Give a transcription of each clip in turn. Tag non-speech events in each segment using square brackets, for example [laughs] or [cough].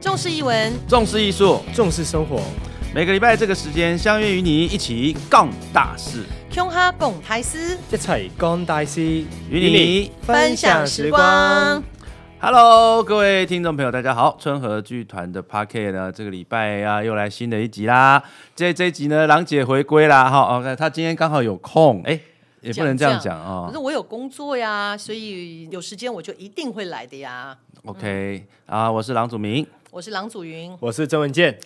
重视译文，重视艺术，重视生活，每个礼拜这个时间相约与你一起杠大事，琼哈拱台斯一齐干大事，与你。分享时光。 Hello，各位听众朋友，大家好！春和剧团的 Park 呢，这个礼拜啊又来新的一集啦。这这一集呢，郎姐回归啦哈。哦，她今天刚好有空，哎，也不能这样讲讲啊可。是我有工作呀，所以有时间我就一定会来的呀。 OK 啊，我是郎祖明。我是郎祖云，我是郑文健，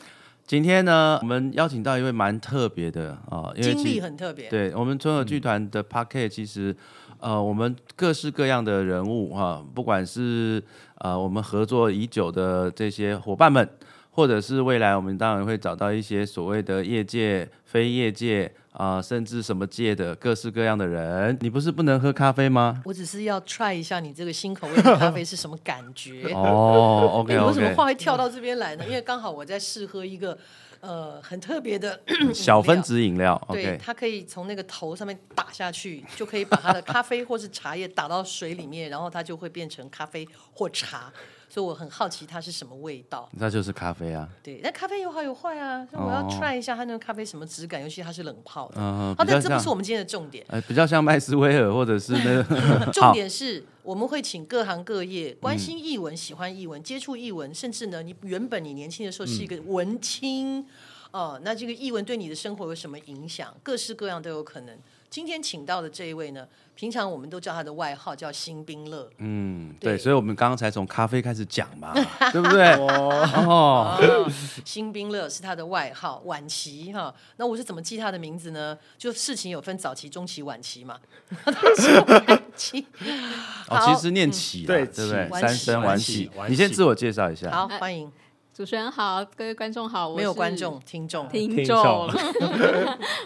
今天呢，我们邀请到一位蛮特别的啊，因为经其历实很特别，对我们春和嗯剧团的 p a r k e 其实呃，我们各式各样的人物哈、不管是呃我们合作已久的这些伙伴们，或者是未来我们当然会找到一些所谓的业界、非业界啊、甚至什么界的各式各样的人。你不是不能喝咖 [laughs] 啡吗？我只是要 try 一下你这个新口味的咖啡是什么感觉。 [laughs] 哦哎，OK 你为什么 OK，话会跳到这边来呢？因为刚好我在试喝一个呃很特别的小分饮料。子饮料对， ，OK，它可以从那个头上面打下去，就可以把它的咖啡或是茶叶打到水里面，然后它就会变成咖啡或 [laughs] 茶。所以我很好奇它是什么味道。那就是咖啡啊，对，那咖啡有好有坏啊，所以我要哦 try 一下它那个咖啡什么质感，尤其它是冷泡的。嗯、好比较的，这像不是我们今天的重点，呃，比较像麦斯威尔或者是那个 [laughs] 重点是我们会请各行各业关心译文、喜欢译文、接触译文，甚至呢，你原本你年轻的时候是一个文青，哦、那这个译文对你的生活有什么影响？各式各样都有可能。今天请到的这一位呢，平常我们都叫他的外号叫新兵乐，嗯，对对，所以我们刚刚才从咖啡开始讲 [laughs] 嘛，对不对？哦，哦，新兵乐是他的外号，晚期哈。那我是怎么记他的名字呢？就事情有分早期、中期、晚期嘛。他是晚期，哦，好嗯其实念起啦，对对不对？起三声晚晚起起晚，起你先自我介绍一下。好欢迎，主持人好，各位观众好，呃我没有是观众、听众，听听众众，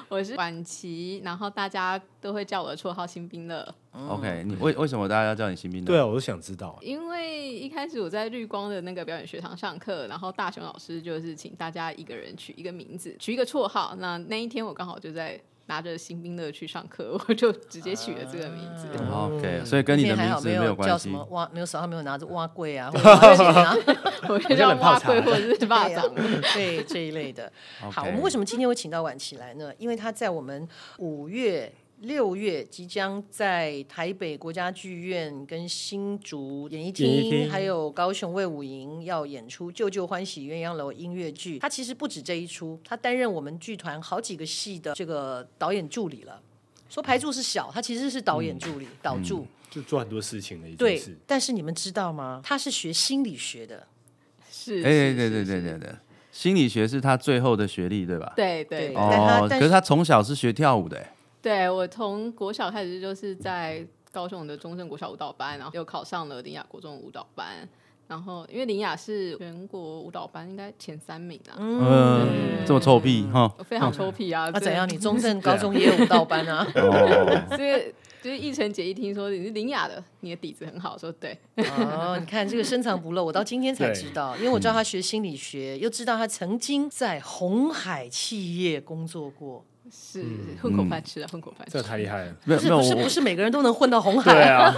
我 [laughs] 是婉琪，然后大家都会叫我的绰号新兵乐，嗯 OK，你嗯为为什么大家要叫你新兵呢？对啊，我都想知道。因为一开始我在绿光的那个表演学堂上课，然后大雄老师就是请大家一个人取一个名字，取一个绰号，那那一天我刚好就在。拿着新兵乐去上课， [laughs] 我就直接取了这个名字。啊，OK，所以跟你今的天嗯还名好字没有叫关什系么。蛙，没有手上没有拿着蛙柜 [laughs] 啊，或者蛙鞋啊我就叫蛙龟或者是霸 [laughs] 掌。对这一类的。好，我 OK 们为什么今天会请到晚琪来呢？因为她在我们五月。六月即将在台北国家剧院、跟新竹演艺演厅，艺厅还有高雄卫武营要演出《旧旧欢喜鸳鸯楼》音乐剧。她其实不止这一出，她担任我们剧团好几个戏的这个导演助理了。说排助是小，她其实是导演助理、嗯导助。就做很多事情的一件对事，，但是你们知道吗？她是学心理学的，是，哎，对是对对对对，对，心理学是他最后的学历，对吧？对对对但他哦，但可是他从小是学跳舞的，哎对我从国小开始就是在高雄的中正国小舞蹈班，然后又考上了林雅国中舞蹈班。然后，因为林雅是全国舞蹈班应该前三名啊，嗯，这么臭屁哈。我非常臭屁啊！那、所以怎样？你中 [laughs] 正高中也有舞蹈班 [laughs] 啊？哦，所以就是易晨姐一听说你是林雅的，你的底子很好，我说对，哦，你看这个深藏不露，我到今天才知道，因为我知道他学心理学，又知道他曾经在红海企业工作过。是嗯是混口饭吃啊，混口饭吃这。太厉害 [laughs] 了。没有不没是有，不是我不是每个人都能混到红对海，啊，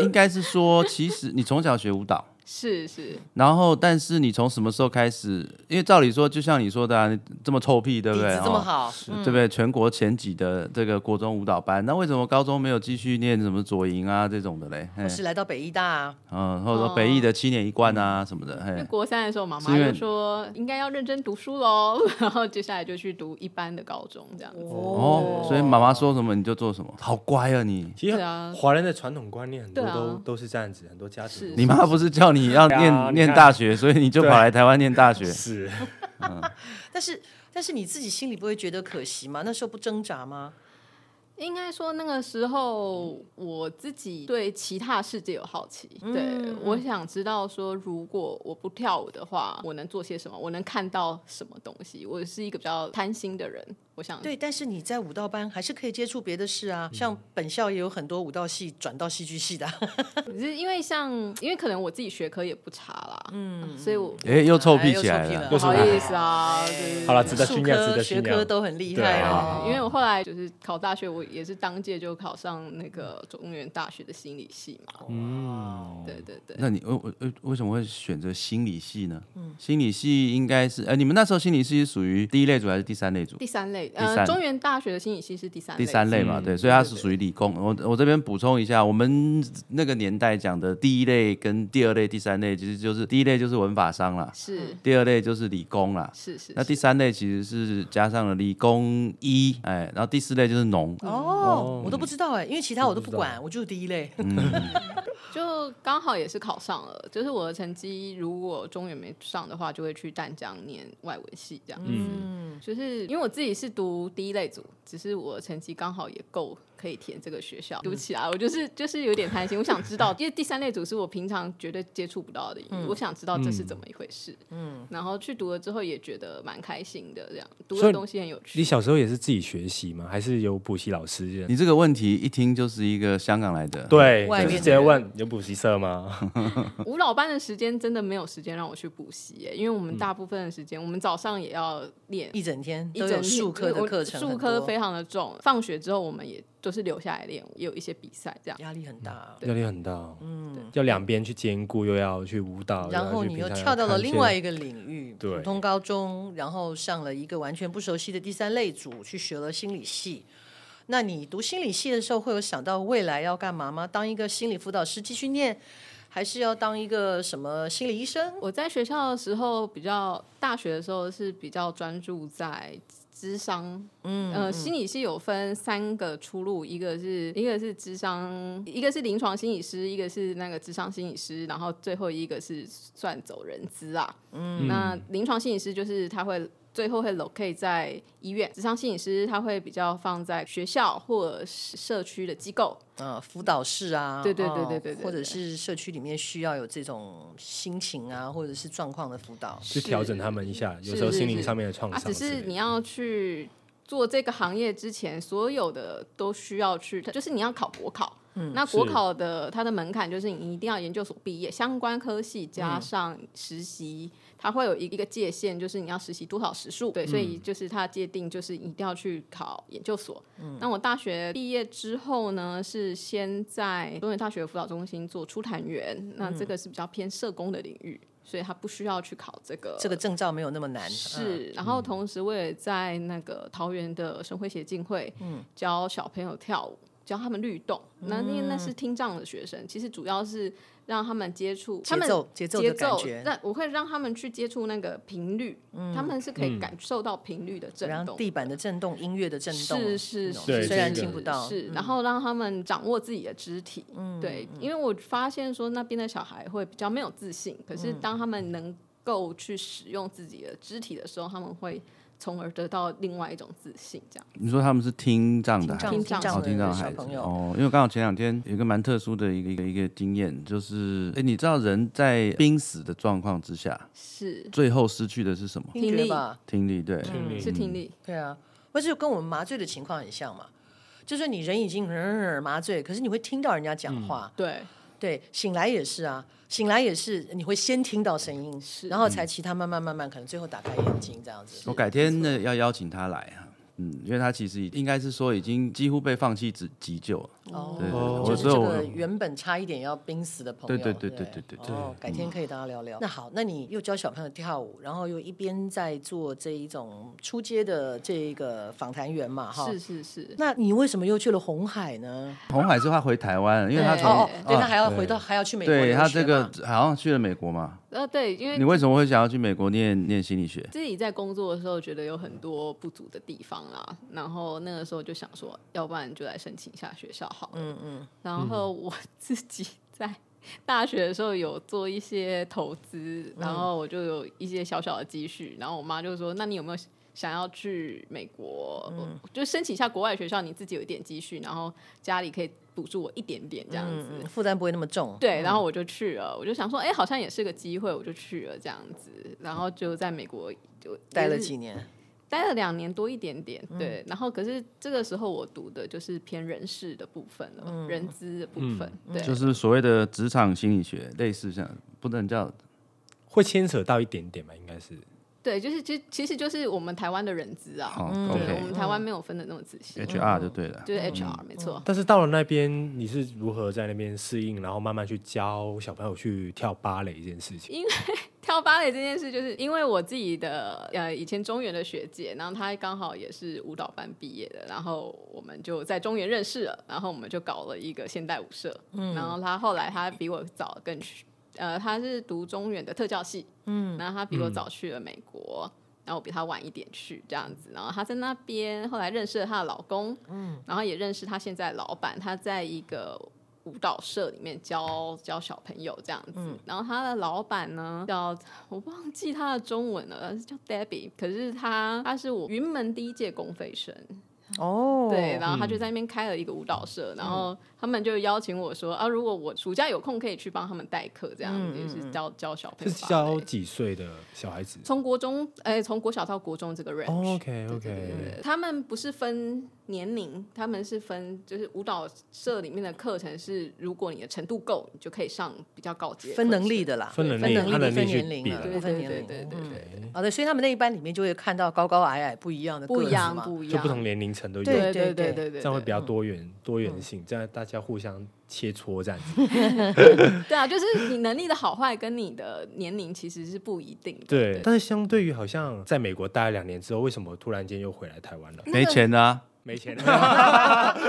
应该是说，其实你从小学舞蹈，是是，然后，但是你从什么时候开始？因为照理说，就像你说的、啊，你这么臭屁，对底不对？子这么哦、好，嗯对不对？全国前几的这个国中舞蹈班，那为什么高中没有继续念什么左营啊这种的嘞？嘿我哦是来到北医大、啊，嗯，或者说北艺的七年一贯啊、什么的，因嗯为嘿，国三的时候，妈是妈因为就说应该要认真读书喽， [laughs] 然后接下来就去读一般的高中这样子。哦，所以妈妈说什么你就做什么，好乖啊你！其实对啊华人的传统观念很多对啊都都是这样子，很多家庭是 [laughs] 你妈不是叫你要对啊念、你看念大学，所以你就跑来台湾念 [laughs] 大学，是但是但是你自己心里不会觉得可惜吗？那时候不挣扎吗？应该说那个时候我自己对其他世界有好奇，对，我想知道说如果我不跳舞的话，我能做些什么，我能看到什么东西。我是一个比较贪心的人，我想对，但是你在舞蹈班还是可以接触别的事啊，像本校也有很多舞蹈系转到戏剧系的啊、只是因为像因为可能我自己学科也不差啦，嗯，所以我哎、又臭哎屁又起来臭屁了。了不好意思啊，对 [laughs] 好了，值得数炫耀，值科得学炫科耀。都很厉对害啊哎哦。因为我后来就是考大学，我也是当届就考上那个中原大学的心理系嘛。嗯，对对对，那你为为为什么会选择心理系呢？嗯心理系应该是，呃，你们那时候心理系是属于第一类组还是第三类组？第三类，第呃，三中原大学的心理系是第三第三类嘛，嗯对，所以它是属于理工。嗯我我这边补充一下，我们那个年代讲的第一类跟第二类、第三类，其实就是第一类就是文法商啦，是第二类就是理工啦，是是，那是第三类其实是加上了理工医，哎，然后第四类就是农，哦，嗯我都不知道哎，因为其他我都不管，我就是第一 [laughs] 类。就刚好也是考上了，就是我的成绩如果中原没上的话，就会去淡江念外文系这样子。嗯嗯就是因为我自己是读第一类组，只是我的成绩刚好也够可以填这个学校。对不起啊，我就是就是有点贪心，我想知道，因为第三类组是我平常绝对接触不到的，我想知道这是怎么一回事。嗯，然后去读了之后也觉得蛮开心的，这样读所的以东西很有趣。你小时候也是自己学习吗？还是有补习老师？你这个问题一听就是一个香港来的，，对，外就面是的直接问有补习社吗？舞蹈班的时间真的没有时间让我去补习耶，因为我嗯们大部分的时间，我们早上也要练一整天一都整有天数科的我课程很多，数科非常的重。放学之后，我们也都是留下来练，也有一些比赛这样。压力很大。压力很大，嗯，要两边去兼顾，又要去舞蹈，然后去你平又常跳到了看一些另外一个领域，对普通高中，然后上了一个完全不熟悉的第三类组，去学了心理系。那你读心理系的时候，会有想到未来要干嘛吗？当一个心理辅导师继续念，还是要当一个什么心理医生？我在学校的时候，比较大学的时候是比较专注在智商，嗯，呃，心理系有分三个出路，一个是一个是智商，一个是临床心理师，一个是那个智商心理师，然后最后一个是算走人资啊，嗯，那临床心理师就是他会。最后会 locate 在医院，智商心理师他会比较放在学校或者是社区的机构，呃，辅导室啊，对对对哦对对对或者是社区里面需要有这种心情啊，或者是状况的辅导。去调整他们一下，有是时候是心灵是上嗯面的创啊，伤只之类的。是你要去做这个行业之前，所有的都需要去，就是你要考国考。嗯，那国是考的它的门槛就是你一定要研究所毕业，相关科系加上实习，它会有一个界限，就是你要实习多少时数。对，所以嗯就是它界定就是一定要去考研究所。嗯，那我大学毕业之后呢，是先在中原大学辅导中心做出谈员，那这个是比较偏社工的领域，所以它不需要去考这个这个证照没有那么难，嗯是，然后同时我也在那个桃园的神会协进会，嗯教小朋友跳舞，教他们律动。那那那嗯是听障的学生，其实主要是让他们接触他节们奏节奏的感觉，嗯那我会让他们去接触那个频率，他们是可以感受到频率的震然后动。地板的震动、音乐的震动，是是那种对虽然这个听不到，嗯是，然后让他们掌握自己的肢体，对，因为我发现说那边的小孩会比较没有自信，可嗯是当他们能够去使用自己的肢体的时候，他们会从而得到另外一种自信，这样你说他们是听障的听孩子障听障哦，听障听的障小孩子朋友，哦，因为刚好前两天有一个蛮特殊的一个一个一个经验，就是哎，你知道人在濒死的状况之下，是最后失去的是什么？听觉听力吧，听力，对，嗯是听力，对啊，或者跟我们麻醉的情况很像嘛，就是你人已经、呃麻醉，可是你会听到人家讲话，对，对，醒来也是啊，醒来也是，你会先听到声音，是然后才其他慢慢慢慢，可能最后打开眼睛这样子。我改天呢要邀请他来啊。嗯，因为他其实已应该是说已经几乎被放弃急急救了，哦对对对哦就是所这以个我原本差一点要濒死的朋友。对对对不对对对对嗯哦，改天可以大家聊聊。那好，那你又教小朋友跳舞，然后又一边在做这一种出街的这一个访谈员嘛，哈。是是是，那你为什么又去了红海呢？红海是他回台湾，因为他对从哦哦，对啊他还要回到，还要去美国留对学嘛。他这个好像去了美国嘛，呃，对，因为你为什么会想要去美国念念心理学？自己在工作的时候觉得有很多不足的地方啦，然后那个时候就想说，要不然就来申请一下学校好了。嗯嗯。然后我自己在大学的时候有做一些投资，嗯然后我就有一些小小的积蓄，然后我妈就说：“那你有没有想要去美国？嗯我就申请一下国外学校，你自己有一点积蓄，然后家里可以补助我一点点这样子。嗯负担不会那么重。对，然后我就去了，我就想说，哎、好像也是个机会，我就去了这样子，然后就在美国就待了也是几嗯年，待了两年多一点点，对。然后可是这个时候我读的就是偏人事的部分了，嗯人资的部分，嗯对，就是所谓的职场心理学，类似像不能叫会牵扯到一点点吧，应该是对，就是其实其实就是我们台湾的人资啊，好嗯对，，OK，HR 我们台湾没有分的那么仔细，就对了。就是 HR 没错。但是到了那边，你是如何在那边适应，然后慢慢去教小朋友去跳芭蕾这件事情？跳芭蕾这件事，就是因为我自己的呃以前中原的学姐，然后她刚好也是舞蹈班毕业的，然后我们就在中原认识了，然后我们就搞了一个现代舞社，嗯，然后她后来她比我早更去，呃，她是读中原的特教系，嗯，然后她比我早去了美国。然后我比她晚一点去这样子，然后她在那边后来认识了她的老公，嗯，然后也认识她现在的老板，她在一个舞蹈社里面教教小朋友这样子。嗯然后他的老板呢叫我忘记他的中文了，是叫 Debbie，可是他他是我云门第一届公费生，哦，对，然后嗯他就在那边开了一个舞蹈社，然后他们就邀请我说啊，如果我暑假有空可以去帮他们代课，这样子、也是教教小朋嗯是友芭蕾。教几岁的小孩子哦从国中，哎、从国小到国中这个 range，、 ？OK 对对 OK，对，他们不是分年龄，他们是分就是舞蹈社里面的课程是，如果你的程度够，你就可以上比较高阶的分课能力程。的啦，分能分力能按力能分力去年龄比了，了对不分对年对龄，对对嗯对对，好的，所以他们那一班里面就会看到高高矮矮不一样的个不一子样嘛不一就样不，同年龄层都有，对对对对对对，嗯这样会比较较多元多元性，这样大家互相切磋这样 [laughs] 子。对啊，就是你能力的好坏跟你的年龄其实是不一定的。对，但是相对于好像在美国待了两年之后，为什么突然间又回来台湾了？没钱啊，没钱， [laughs] 哦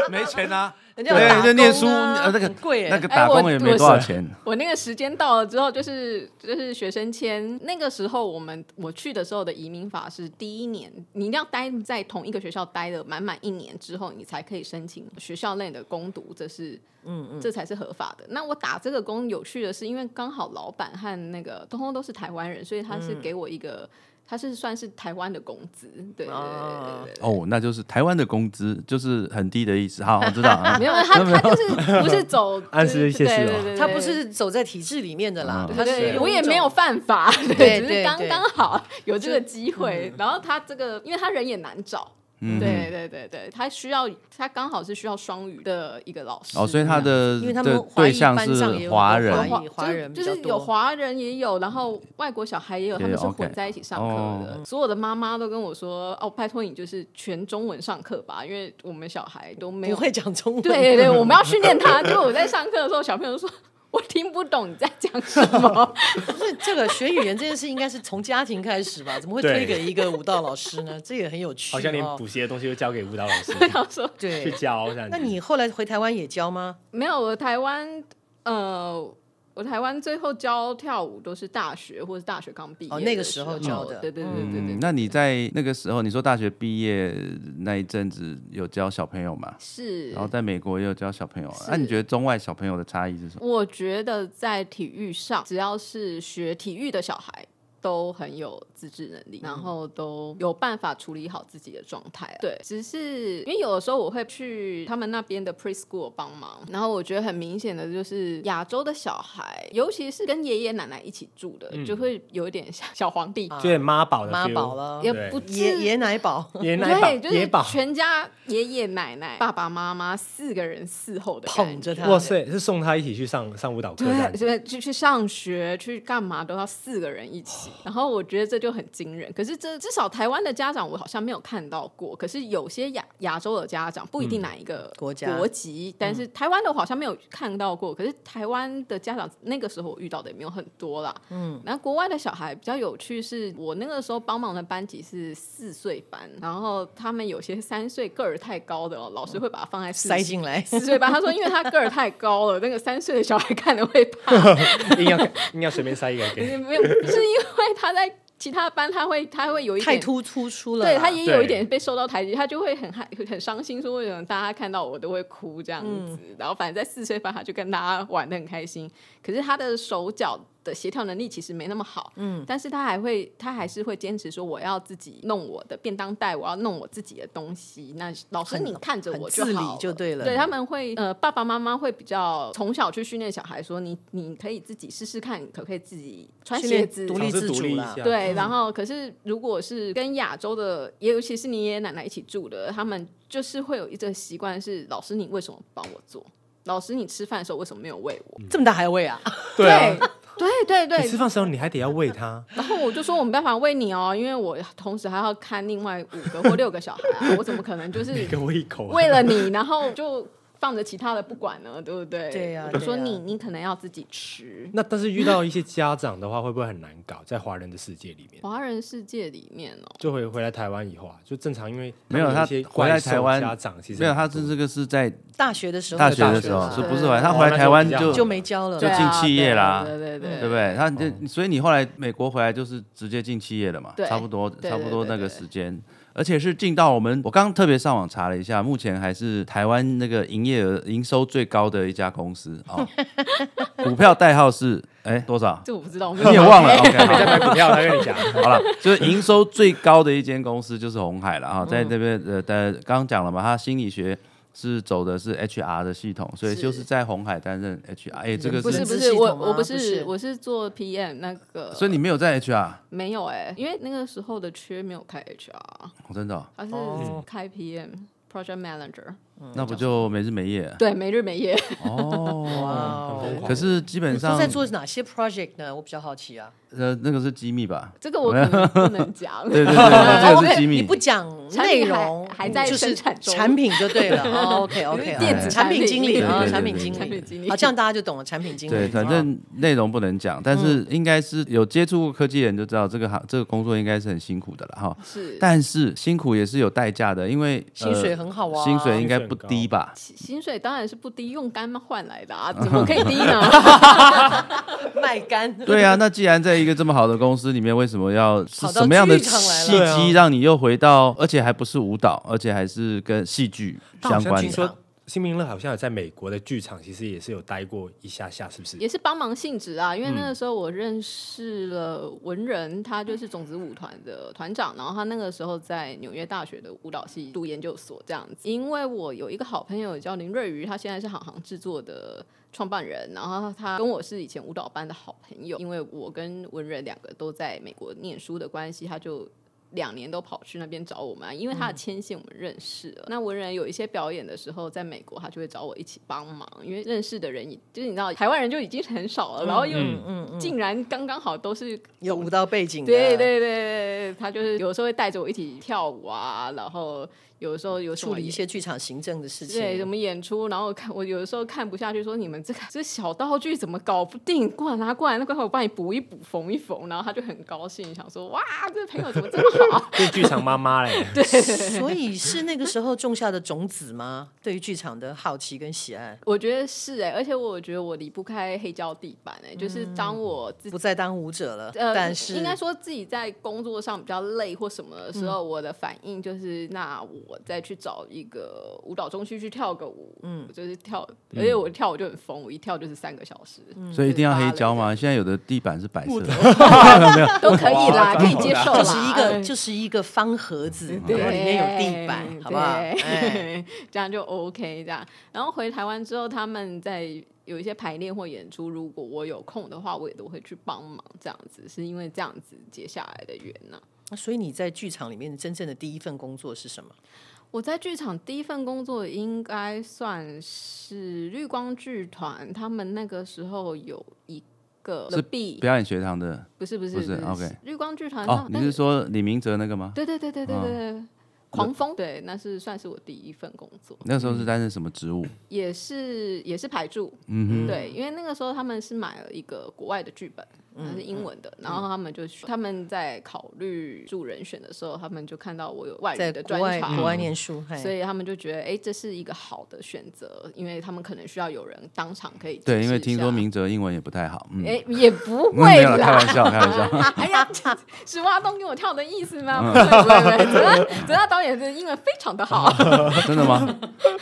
没钱啊，人家有打对，就念工书，啊呃，那个很贵耶那个打工也没多少哎钱，我那个时间到了之后，就是就是学生签。那个时候我们我去的时候的移民法是第一年，你一定要待在同一个学校待了满满一年之后，你才可以申请学校内的攻读，这是嗯嗯，这才是合法的。那我打这个工有趣的是，因为刚好老板和那个通通都是台湾人，所以他嗯是给我一个。他是算是台湾的工资，对对对对对对哦，那就是台湾的工资就是很低的意思。好，我知道 [laughs] 啊没。有他 [laughs] 他就是不是走暗示一些事哦对对对对他不是走在体制里面的啦，嗯他是对，用我也一种没有犯 [laughs] 法，对对，只对是刚对嗯刚 [laughs] 好有这个机会。然后他这个，因为他人也难找，嗯对对对对，他需要他刚好是需要双语的一个老师，哦，所以他的因为他们的华裔对象班上也是有华有很啊多，人华裔就华人比就较是有多华人也有，然后外国小孩也有，也他们是有，OK 哦混在一起上课嗯的。所有的妈妈都跟我说：“哦，拜托你就是全中文上课吧，因为我们小孩都没不有会讲中文，对对对，我们要训练他。结 [laughs] 果我在上课的时候，小朋友说 [laughs] 我听不懂你在讲什么。这这个学语言这件事应该是从家庭开始吧？怎么会推对给一个舞蹈老师呢？这也很有趣、哦， [laughs] 好像连补习的东西都交给舞蹈老师他说去对。教这样那子。你后来回台湾也教吗？没有，我台湾呃，我台湾最后教跳舞都是大学或是大学刚毕业的哦候、那个时候教的对对对对对嗯对，那你在那个时候，你说大学毕业那一阵子有教小朋友嘛？是然。后在美国也有教小朋友啊，是那、你觉得中外小朋友的差异是什么？我觉得在体育上，只要是学体育的小孩。都很有自制能嗯力，然后都有办法处理好自己的状态。啊对，只是因为有的时候我会去他们那边的 preschool 帮忙，然后我觉得很明显的就是亚洲的小孩，尤其是跟爷爷奶奶一起住的，嗯就会有一点像小皇帝，就有妈宝的妈 feel 宝了也对不至爷爷奶宝，爷奶对，就宝，爷是宝，全家爷爷奶奶、爸爸妈妈四个人伺候的感捧着觉他哇塞，是送他一起去上上舞蹈课这样对，子。所以去去上学去干嘛都要四个人一起，然后我觉得这就很惊人。可是这至少台湾的家长我好像没有看到过，可是有些亚亚洲的家长不一定哪一个嗯国家嗯国籍，但是台湾的我好像没有看到过。可是台湾的家长那个时候我遇到的也没有很多啦。嗯，然后国外的小孩比较有趣是，我那个时候帮忙的班级是四岁班，然后他们有些三岁个儿太高的哦，老师会把他放在四塞进来，四岁班，他说因为他个儿太高了，那个三岁的小孩看了会怕。硬要硬要随便塞一个给。没有，是因为他在其他班，他会他会有一太点，突突出了啦。对他也有对一点被受到排挤，他就会很害很伤心，说为什么大家看到我都会哭这样子。嗯然后反正在四岁班，他就跟大家玩的很开心，可是他的手脚。的协调能力其实没那么好，嗯，但是他还会，他还是会坚持说我要自己弄我的便当袋，我要弄我自己的东西。那老师很你看着很我自就好理了就对了。对他们会呃，爸爸妈妈会比较从小去训练小孩说，你你可以自己试试看，可不可以自己穿训鞋练子，独立尝试自独立主一啦下，对，然后可是如果是跟亚洲的，也尤其是你爷爷奶奶一起住的，他们就是会有一个习惯是，老师你为什么不帮我做？老师，你吃饭的时候为什么没有喂 [laughs] 我？这么大还喂啊？对啊，对对对你吃对，饭时候你还得要喂它，然后我就说我没办法喂你哦，因为我同时还要看另外五个或六个小孩啊，我怎么可能就是你给我一口啊， [laughs] 为了你，然后就放着其他的不管呢，对不对？对呀我就说对呀你你可能要自己吃。那但是遇到一些家长的话，会不会很难搞？在华人的世界里面，华人世界里面哦，就回回来台湾以后啊，就正常，因为没有们他一些回来怪兽台湾家长其实没有，他很多是这个是在大学的时候，大学的大学时候啊的，时是候不是回来？他哦回来台湾那就就不一样就没教了。就对啊进企业啦对对对对不对对？他哦就所以你后来美国回来就是直接进企业了嘛，对差不多对对差不多对那对个对时间，而且是进到我们我刚刚特别上网查了一下，目前还是台湾那个营业额营收最高的一家公 [laughs] 司哦，股票代号是哎多少？这我不知道，我没有你也忘 [laughs] 了哦，OK，没好在买股票，他跟你讲， [laughs] 好了，就是营收最高的一间公司就是红海了嗯啊，在那边呃，在刚刚讲了嘛，他心理学是走的是 HR 的系统，所以是就是在红海担任 HR，哎、这个不是是人，不资是系我统吗我不不是是我是做 PM 那个，所以你没有在 HR，、没有哎，因为那个时候的缺没有开 HR，哦真的哦、它是哦开 PM。Project Manager，嗯那不就没日没 [laughs] 夜对，没日没夜，哦。很哦疯狂可是基本上都在做哪些 project 呢？我比较好奇 [laughs] 啊。呃，那个是机密吧？ [laughs] 这个我可能不能讲。对对对，那哦这个是，OK，机密。你不讲产品内容，还还在就是生产中产品就 [laughs] 对了。哦 OK 因 OK，为 [laughs] 电子产品经理产品啊，哎对对对产品对经产理啊品经理好，这样大家就懂了。产品经对，理，哦反正内容不能讲，但嗯是应该是有接触过科技的人就知道，这个行这个工作应该是很辛苦的了哈。是但是辛苦也是有代价的，因为呃薪水很好啊，薪水应该不低吧？薪薪水当然是不低，用肝换 [laughs] 来的啊，怎么可以低呢？卖干。 [laughs] 对啊，那既然在一个这么好的公司里面，为什么要是跑到什么样的剧场来了契对啊机让你又回到，而且还不是舞蹈，而且还是跟戏剧但好相像关听的？说新民乐好像有在美国的剧场，其实也是有待过一下下，是不嗯是？也是帮忙性质啊，因为那个时候我认识了文人，他就是种子舞团的团长，然后他那个时候在纽约大学的舞蹈系读研究所这样子。因为我有一个好朋友叫林瑞瑜，他现在是好行制作的创办人，然后他跟我是以前舞蹈班的好朋友，因为我跟文人两个都在美国念书的关系，他就两年都跑去那边找我们、啊，因为他的牵线我们认识嗯了。那文人有一些表演的时候，在美国他就会找我一起帮忙，因为认识的人也就是你知道台湾人就已经很少嗯了，然后又竟然刚刚好都是 [laughs] 有舞蹈背景的，对对对对，他就是有时候会带着我一起跳舞啊，然后有时候有什处么理一些剧场行政的事对，情 [laughs] 怎。么演出？然后看我有的时候看不下去，说你们这个这小道具怎么搞不定？过来拿过来，那过来我帮你补一补，缝一缝。然后他就很高兴，想说哇，这朋友怎么这么好？对剧场妈妈嘞，所以是那个时候种下的种子吗？对于剧场的好奇跟喜爱，我觉得是哎、而且我觉得我离不开黑胶地板哎、就是当我自己不。再当舞者了，呃，嗯但是嗯应该说自己在工作上比较累或什么的时候，我的反应就是，那我再去找一个舞蹈中心去跳个舞，嗯，就是跳，而且我跳舞就很疯，我一跳就是三个小时，嗯嗯啊所以一定要就是芭黑蕾胶啊嘛？现在有的地板是白色的。 [laughs] 都可以啦，哇可以接受啦，就是一个哎就是一个方盒子，对，然后里面有地板，好不好？对哎，这样就 OK 这样。然后回台湾之后，他们在有一些排练或演出，如果我有空的话，我也都会去帮忙。这样子是因为这样子结下来的缘呐、那所以你在剧场里面真正的第一份工作是什么？我在剧场第一份工作应该算是绿光剧团，他们那个时候有一个是 B，表演学堂的不是不是不是 OK 绿光剧团哦，你啊但是说李明哲那个吗？对对对对对对对。狂风，对，那是算是我第一份工作。那时候是担任什么职务？也是也是排助，嗯对，因为那个时候他们是买了一个国外的剧本，嗯它是英文的，然后他们就选他们在考虑助人选的时候，他们就看到我有外语在哎的国专外长，国嗯外念书，嘿嗯所以他们就觉得，哎、这是一个好的选择，因为他们可能需要有人当场可以对，解因为释一听下说，明哲英文也不太好，嗯，哎、也不 [laughs] 没会有啦，开玩啦，笑，开玩 [laughs] 笑。哎呀，是挖洞给我跳的意思吗？不会不会不会，泽大泽大导演的英文非常的好，真的吗？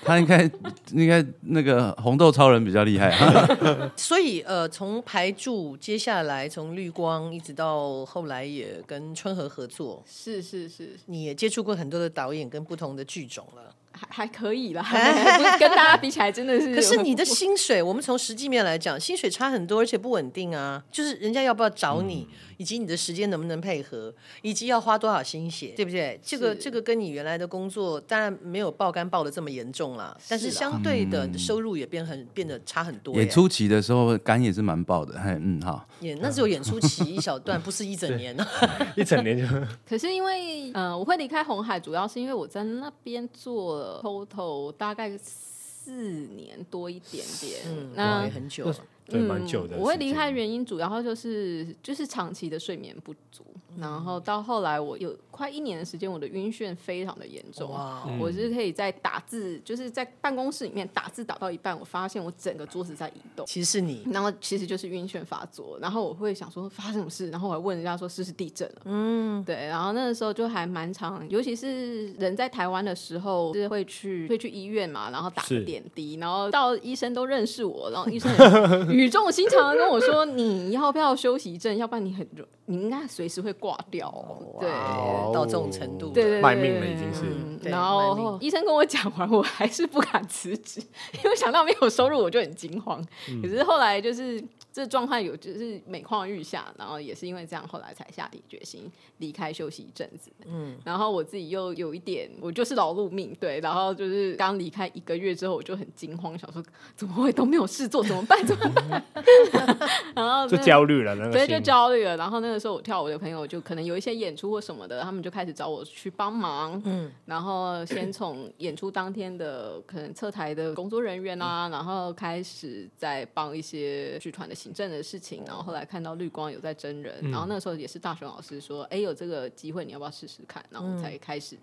他应该应该那个红豆超人比较厉害、啊，所以呃，从排柱接下来从绿光一直到后来也跟春和合作，是是是，你也接触过很多的导演跟不同的剧种了。还还可以啦， [laughs] 不是跟大家比起来真的是。可是 [laughs] 你的薪水，我们从实际面来讲，薪水差很多，而且不稳定啊。就是人家要不要找你，以及你的时间能不能配合，以及要花多少心血，对不对？这个是这个跟你原来的工作当然没有爆肝爆的这么严重啦，但是是啊相对的收入也变很变得差很多耶。演出期的时候肝也是蛮爆的，嘿，嗯，好，也那只有演出期一小段，不是一整年啊。一整年就可是因为呃，我会离开红海，主要是因为我在那边做了 total 大概四年多一点点。嗯，那哇也很久了。对蛮久的时间。我会离开原因主要就是就是长期的睡眠不足，然后嗯到后来我有快一年的时间，我的晕眩非常的严重。哇，嗯我是可以在打字，就是在办公室里面打字打到一半，我发现我整个桌子在移动。其实是你，然后其实就是晕眩发作，然后我会想说发生什么事，然后我还问人家说是不是地震了，嗯，对，然后那个时候就还蛮长，尤其是人在台湾的时候，就是会去会去医院嘛，然后打个是点滴，然后到医生都认识我，然后医生也语重心长的跟我说你要不要休息一阵，要不然你很你应该随时会挂掉哦，对。哇到这种程度了，对对对，卖命了已经是嗯对然卖后命医生跟我讲完，我还是不敢辞职，因为想到没有收入我就很惊慌。可是后来就是这状况有就是每况愈下，然后也是因为这样，后来才下定决心离开休息一阵子。嗯，然后我自己又有一点，我就是劳碌命，对，然后就是刚离开一个月之后，我就很惊慌，想说怎么会都没有事做，怎么办？怎么办？ [laughs] 然后就那焦虑了，那个对，心就焦虑了。然后那个时候我跳舞的朋友就可能有一些演出或什么的，他们就开始找我去帮忙。嗯，然后先从演出当天的可能侧台的工作人员啊，然后开始在帮一些剧团的行政的事情。然后后来看到绿光有在真人，然后那个时候也是大雄老师说：“哎，有这个机会，你要不要试试看？”然后我才开始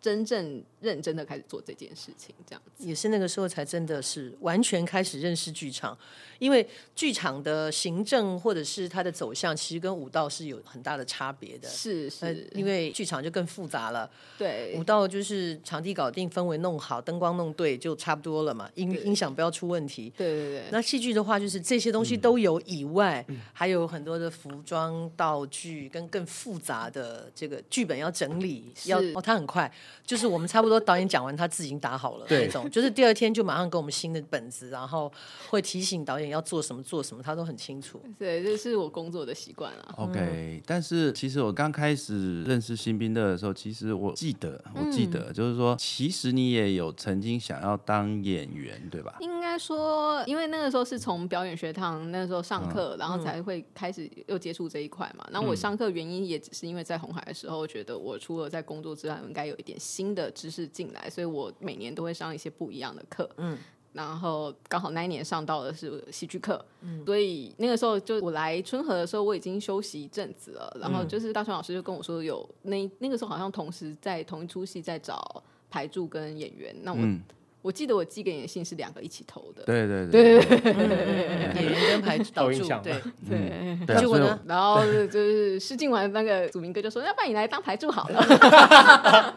真正认真的开始做这件事情，这样子。也是那个时候才真的是完全开始认识剧场，因为剧场的行政或者是它的走向，其实跟舞蹈是有很大的差别的。是呃是，，因为剧场就更复杂了，对舞，蹈就是场地搞定，氛围弄好，灯光弄对就差不多了嘛，音音响不要出问题。对对对。那戏剧的话，就是这些东西都有以外，还有很多的服装、道具跟更复杂的这个剧本要整理，要哦，他很快，就是我们差不多导演讲完，他自己已经打好了那种，就是第二天就马上给我们新的本子，然后会提醒导演要做什么做什么，他都很清楚。对，这是我工作的习惯啊啦。 OK，、但是其实我刚开始认识新兵的时候，其实我记得，我记得、就是说，其实你也有曾经想要当演员，对吧？应该说，因为那个时候是从表演学堂那时候上课，然后才会开始又接触这一块嘛。那、我上课原因也只是因为在红海的时候，觉得我除了在工作之外，应该有一点新的知识进来，所以我每年都会上一些不一样的课。嗯。然后刚好那一年上到的是戏剧课，所以那个时候就我来春和的时候，我已经休息一阵子了。然后就是大川老师就跟我说有那那个时候好像同时在同一出戏在找排柱跟演员，那我嗯，我记得我寄给你的信是两个一起投的，对对对对演员跟排嗯 [laughs] 导有印助象对，对。对啊结果所以呢我？然后就就是试镜完，那个祖明哥就说：“要不然你来当排柱好了。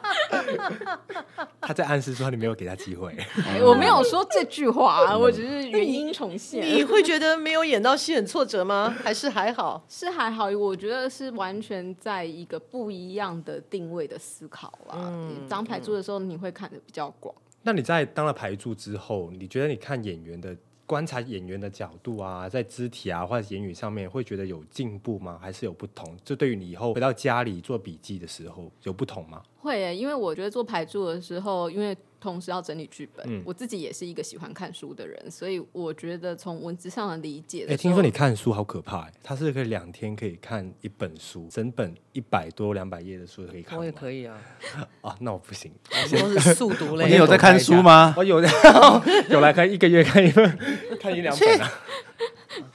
他在暗示说你没有给他机会，”哎我没有说这句话，我只是原因重你现。会觉得没有演到戏很挫折吗？还是还好？是还好，我觉得是完全在一个不一样的定位的思考啦。当排柱的时候，你会看的比较广。那你在当了排柱之后，你觉得你看演员的观察演员的角度啊，在肢体啊或者言语上面，会觉得有进步吗？还是有不同？就对于你以后回到家里做笔记的时候，有不同吗？会耶，因为我觉得做排柱的时候，因为同时要整理剧本，嗯我自己也是一个喜欢看书的人，所以我觉得从文字上的理解哎、的时候，听说你看书好可怕、欸，他是可以两天可以看一本书，整本一百多两百页的书可以看我完也可以啊，啊，那我不行， [laughs] 啊我们都是速读类。你有在看书吗？我有 [laughs] 有来看一个月看一本， [laughs] 看一两本啊。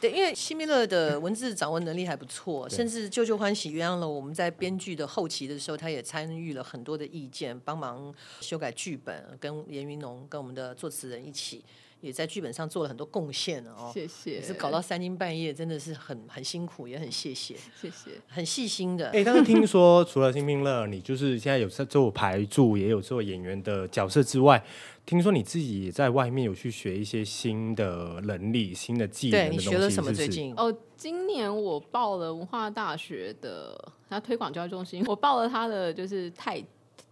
对，因为希米勒的文字掌握能力还不错，甚至《舅舅欢喜鸳鸯楼》，我们在编剧的后期的时候，他也参与了很多的意见，帮忙修改剧本，跟严云农跟我们的作词人一起，也在剧本上做了很多贡献哦。谢谢，也是搞到三更半夜，真的是很很辛苦，也很谢谢，谢谢。很细心的。哎、但是听说除了新兵乐，你就是现在有在做排柱，也有做演员的角色之外，听说你自己也在外面有去学一些新的能力、新的技能对的你东西，学了什么？是不最是近哦，今年我报了文化大学的它推广教育中心，我报了它的就是太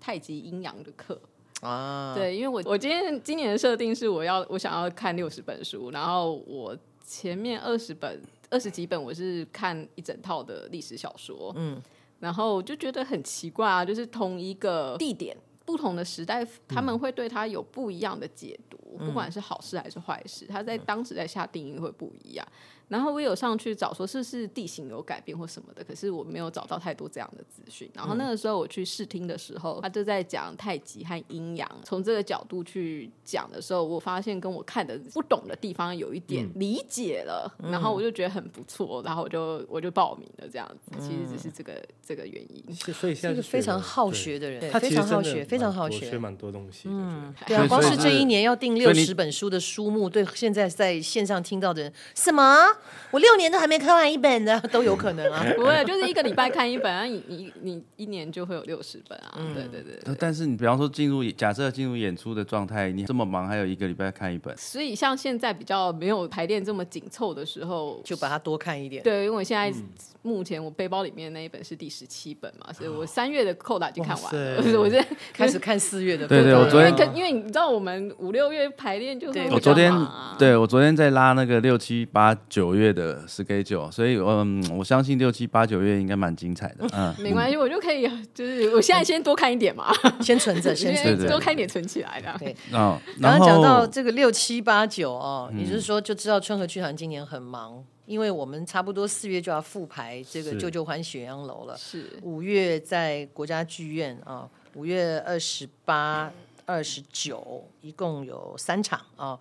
太极阴阳的课。啊，对，因为我我今天今年的设定是我要我想要看六十本书，然后我前面二十本二十几本我是看一整套的历史小说，嗯，然后我就觉得很奇怪啊，就是同一个地点。不同的时嗯代，他们会对它有不一样的解读，不管是好事还是坏事，他在当时在下定义会不一样。然后我有上去找说是不是地形有改变或什么的，可是我没有找到太多这样的资讯。然后那个时候我去试听的时嗯候，他就在讲太极和阴阳，从这个角度去讲的时候，我发现跟我看的不懂的地方有一点嗯理解了，然后我就觉得很不错，然后我就我就报名了这样子。其实只嗯是这个这个原因。是所以是现在个就学非常了好对学的人，他非其实常真好的学，非常蛮好多学学。蛮多东西的。嗯，对啊，所以光所以是这一是年要订所六以你十本书的书目，对现在在线上听到的人，什么？我六年都还没看完一本呢，都有可能啊。 [laughs] 不会，就是一个礼拜看一本啊，你你你一年就会有六十本啊，对对对但但是你比方说进入假设进入演出的状态，你这么忙，还有一个礼拜看一本，所以像现在比较没有排练这么紧凑的时候，就把它多看一点。对，因为我现在目前我背包里面那一本是第十七本嘛，所以我三月的扣打已经看完了哇，塞 [laughs] 我现在开始看四月的。嗯对对我昨天因为可因为你知道我们五六月排练就是对会我昨天比较忙啊对我昨天在拉那个六七八九月的 schedule，所以嗯，我相信六七八九月应该蛮精彩 [laughs]。的，嗯没关系，我就可以就是我现在先多看一点嘛，先存着，先先存对对着。多看一点存起来的。对，哦，刚然刚讲到后嗯这个六七八九哦，也就是说就知道春和剧团今年很忙，因为我们差不多四月就要复排这个《是旧旧欢喜鸳鸯楼》了，是五月在国家剧院啊，五月二十八、二十九，一共有三场啊。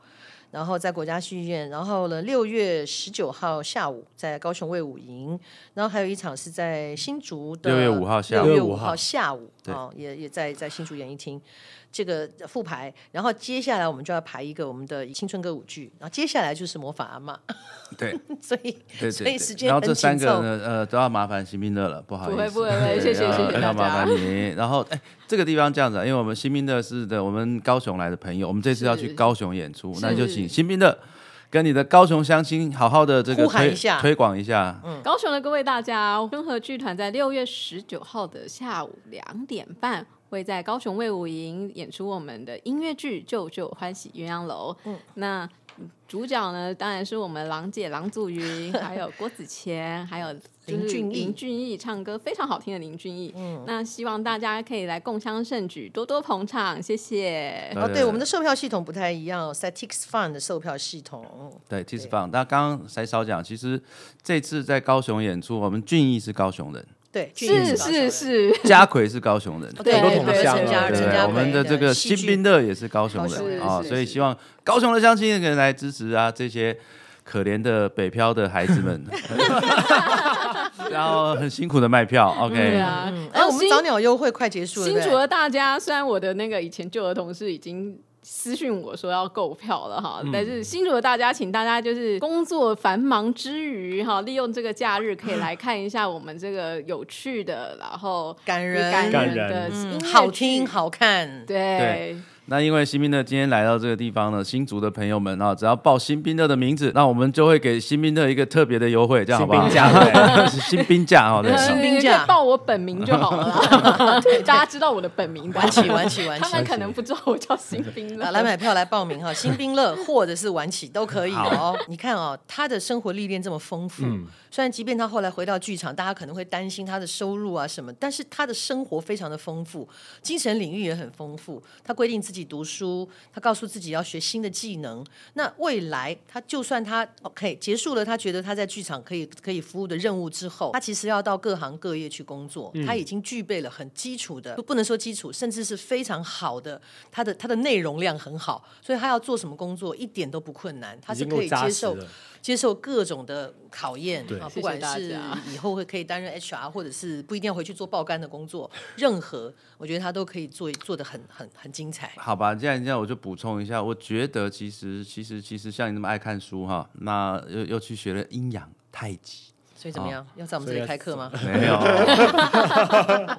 然后在国家剧院，然后呢，六月十九号下午在高雄卫武营，然后还有一场是在新竹的6月5号下6午月6月5 5号号下午对哦，也也在在新竹演艺厅这个复排，然后接下来我们就要排一个我们的青春歌舞剧，然后接下来就是魔法阿妈，对 [laughs] 所以对所以对时对，间然后很这三紧个凑呢，呃，都要麻烦新兵乐了，不好意不思，会不会不会，谢谢谢谢要大麻家烦。你。然后，哎，这个地方这样子啊，因为我们新兵的是的，我们高雄来的朋友，我们这次要去是高雄演出，是那就请新兵的跟你的高雄乡亲好好的这个呼喊推一下推广一下。高雄的各位大家，中和剧团在六月十九号的下午两点半。会在高雄卫武营演出我们的音乐剧《旧旧欢喜鸳鸯楼》。嗯，那主角呢，当然是我们郎姐郎祖云，还有郭子乾，还有就是林俊逸林俊逸唱歌非常好听的林俊逸。嗯，那希望大家可以来共襄盛举，多多捧场，谢谢。哦，呃对，我们的售票系统不太一样、哦、，Satix Fund 的售票系统，嗯对 t i s 对 f u n 那刚刚才少讲，其实这次在高雄演出，我们俊逸是高 [laughs] 雄人，对，是是，是，家奎是高雄人。哦对很多同对，乡啊陈对家对陈不家奎对，我们的这个新兵的乐也是高雄高雄人人啊，是所以是希望高雄的乡亲可以来支持啊，这些可怜的北漂的孩子 [laughs] 们， [laughs] 然后很辛苦的卖票嗯，OK，对啊。戏剧，哎，我们早鸟优惠快结束了，新对不竹对的大家，虽然我的那个以前旧的同事已经私讯我说要购票了哈，嗯但是新竹的大家，请大家就是工作繁忙之余哈，利用这个假日可以 [laughs] 来看一下我们这个有趣的，然后感人感感人的人音乐嗯剧好听，好看，对对。那因为新兵乐今天来到这个地方呢，新竹的朋友们啊，只要报新兵乐的名字，那我们就会给新兵乐一个特别的优惠，这样好不好？[laughs] 新兵价新兵价哦，对，呃新兵你价可以报我本名就好了 [laughs] [laughs] 啦，大家知道我的本名吧玩？起玩起玩 [laughs] 他起。们可能不知道我叫新兵啊，了。来买票来报 [laughs] 名哈，新兵乐或者是晚起都可以哦。 [laughs] 你看哦，他的生活历练这么丰富，嗯虽然即便他后来回到剧场，大家可能会担心他的收入啊什么，但是他的生活非常的丰富，精神领域也很丰富。他规定自己读书，他告诉自己要学新的技能。那未来他就算他 OK 结束了，他觉得他在剧场可以可以服务的任务之后，他其实要到各行各业去工作，嗯他已经具备了很基础的，不不能说基础，甚至是非常好的，他的他的内容量很好，所以他要做什么工作一点都不困难，他已是经可够以扎接实受了。接受各种的考验对啊，谢不谢管大是家以后会可以担任 HR，或者是不一定要回去做爆肝的工作，任何我觉得他都可以做做的很很很精彩。好吧，既然这样，我就补充一下，我觉得其实其实其实像你那么爱看书哈，那又又去学了阴阳太极，所以怎么样？要在我们这里开课吗？没有， [laughs]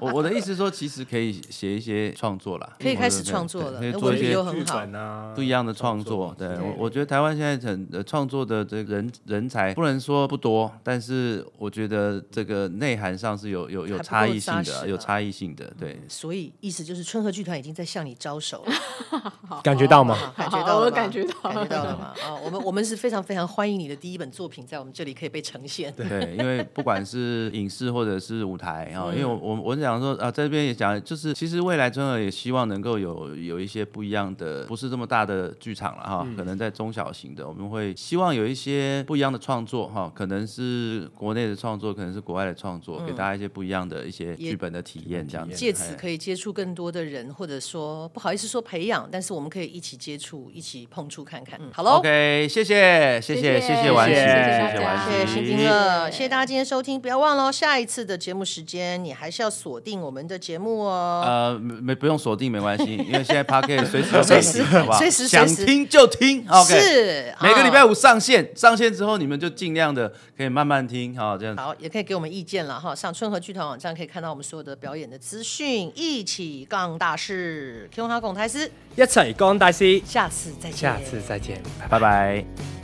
我我的意思是说，其实可以写一些创作啦，可以开始对创作了可以哎做我一觉得些有很剧好本啊，不一样的创作。对对我，我觉得台湾现在很呃创作的这个人人才，不能说不多，但是我觉得这个内涵上是有有还有不够差异性扎实的，吧有差异性的。对，所以意思就是春和剧团已经在向你招手了，感觉到吗？啊感觉到我了吗，感觉到感觉到了吗？啊，我们我们是非常非常欢迎你的第一本作品在我们这里可以被呈现。对，因为不管是影视或者是 [laughs] 舞台嗯啊、因为我我我想说啊，在这边也讲，就是其实未来真的也希望能够有有一些不一样的，不是这么大的剧场了哈、嗯可能在中小型的，我们会希望有一些不一样的创作哈、可能是国内的创作，可能是国外的创作，给大家一些不一样的一些嗯也剧本的体验，这样子借此嘿可以接触更多的人，或者说不好意思说培养，但是我们可以一起接触，一起碰触看看。嗯、好喽 OK，谢谢谢谢谢谢婉喜，谢谢谢大家婉喜，谢谢新金嗯乐，谢谢大家今天收听，不要忘了哦下一次的节目时间，你还是要锁定我们的节目哦。呃，没没不用锁定没关系，因为现在 p a r [laughs] k e 随时都可随以时听好不好随时想随时听就听，OK。呃是每个礼啊拜五上线，上线之后你们就尽量的可以慢慢听，好这样子。好，也可以给我们意见了哈。上春和剧团网站可以看到我们所有的表演的资讯，一起杠大事，Q 哈拱台斯，一齐讲大师，下次再见，下次再见，拜拜。拜拜。